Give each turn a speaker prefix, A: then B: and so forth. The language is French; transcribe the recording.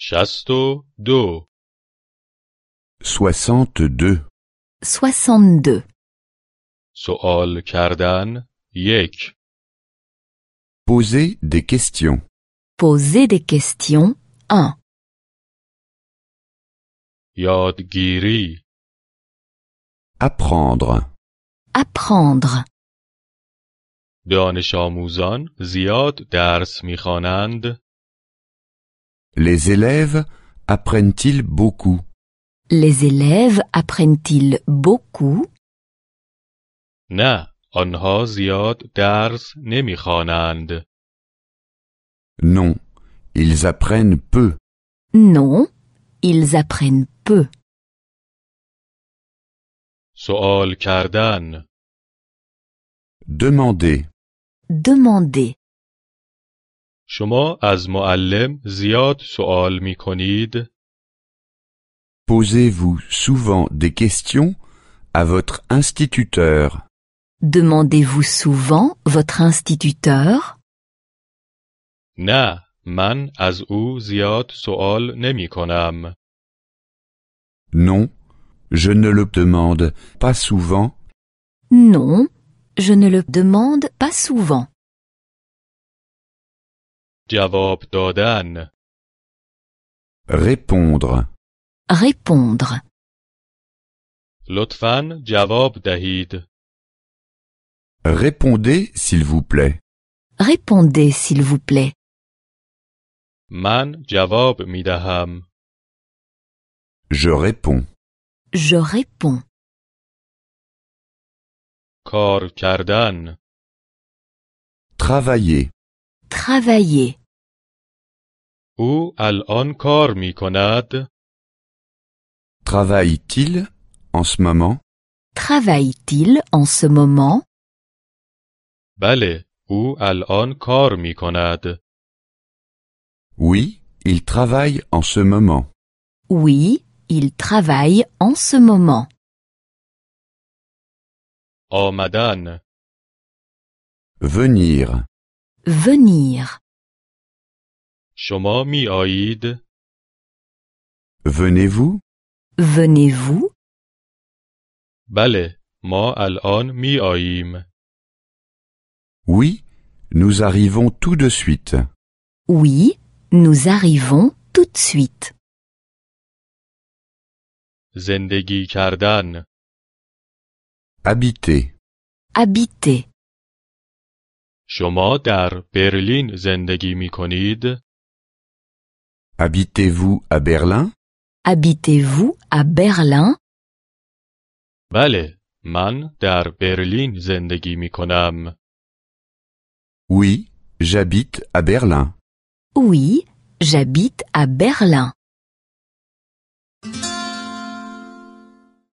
A: شست و دو
B: 62.
C: 62.
A: سوال کردن یک
B: Poser des questions.
C: Poser des questions. 1.
A: یادگیری
B: Apprendre.
C: Apprendre.
A: دانش آموزان زیاد درس میخوانند
B: Les élèves apprennent-ils beaucoup
C: Les élèves apprennent-ils beaucoup
A: نه آنها زیاد درس نمیخوانند
B: Non, ils apprennent peu.
C: Non, ils apprennent peu.
A: سوال کردن
B: Demander.
C: Demander.
A: شما از معلم زیاد سوال میکنید
B: Posez-vous souvent des questions à votre instituteur.
C: Demandez-vous souvent votre instituteur
A: نه من از او زیاد سوال نمی کنم
B: Non, je ne le demande pas souvent.
C: Non, je ne le demande pas souvent.
A: جواب دادن
B: Répondre.
C: Répondre.
A: لطفا جواب دهید
B: Répondez, s'il vous plaît.
C: Répondez s'il vous plaît.
A: من جواب می دهم
B: Je réponds.
C: Je réponds.
A: کار کردن
B: Travailler.
C: Travailler.
A: او الان کار می کند
B: Travaille-t-il en ce moment
C: Travaille-t-il en ce moment
A: بله او الان کار می کند
B: Oui, il travaille en ce moment.
C: Oui, il travaille en ce moment.
A: آمدن
B: Venir.
C: Venir.
A: شما می آیید
B: Venez-vous
C: Venez-vous
A: بله ما الان می آییم
B: Oui, nous arrivons tout de suite.
C: Oui, nous arrivons tout de suite.
A: زندگی کردن
B: Habiter.
C: Habiter.
A: شما در برلین زندگی می کنید
B: Habitez-vous à Berlin
C: Habitez-vous à Berlin
A: بله من در برلین زندگی می کنم
B: Oui, j'habite à Berlin.
C: Oui, j'habite à Berlin.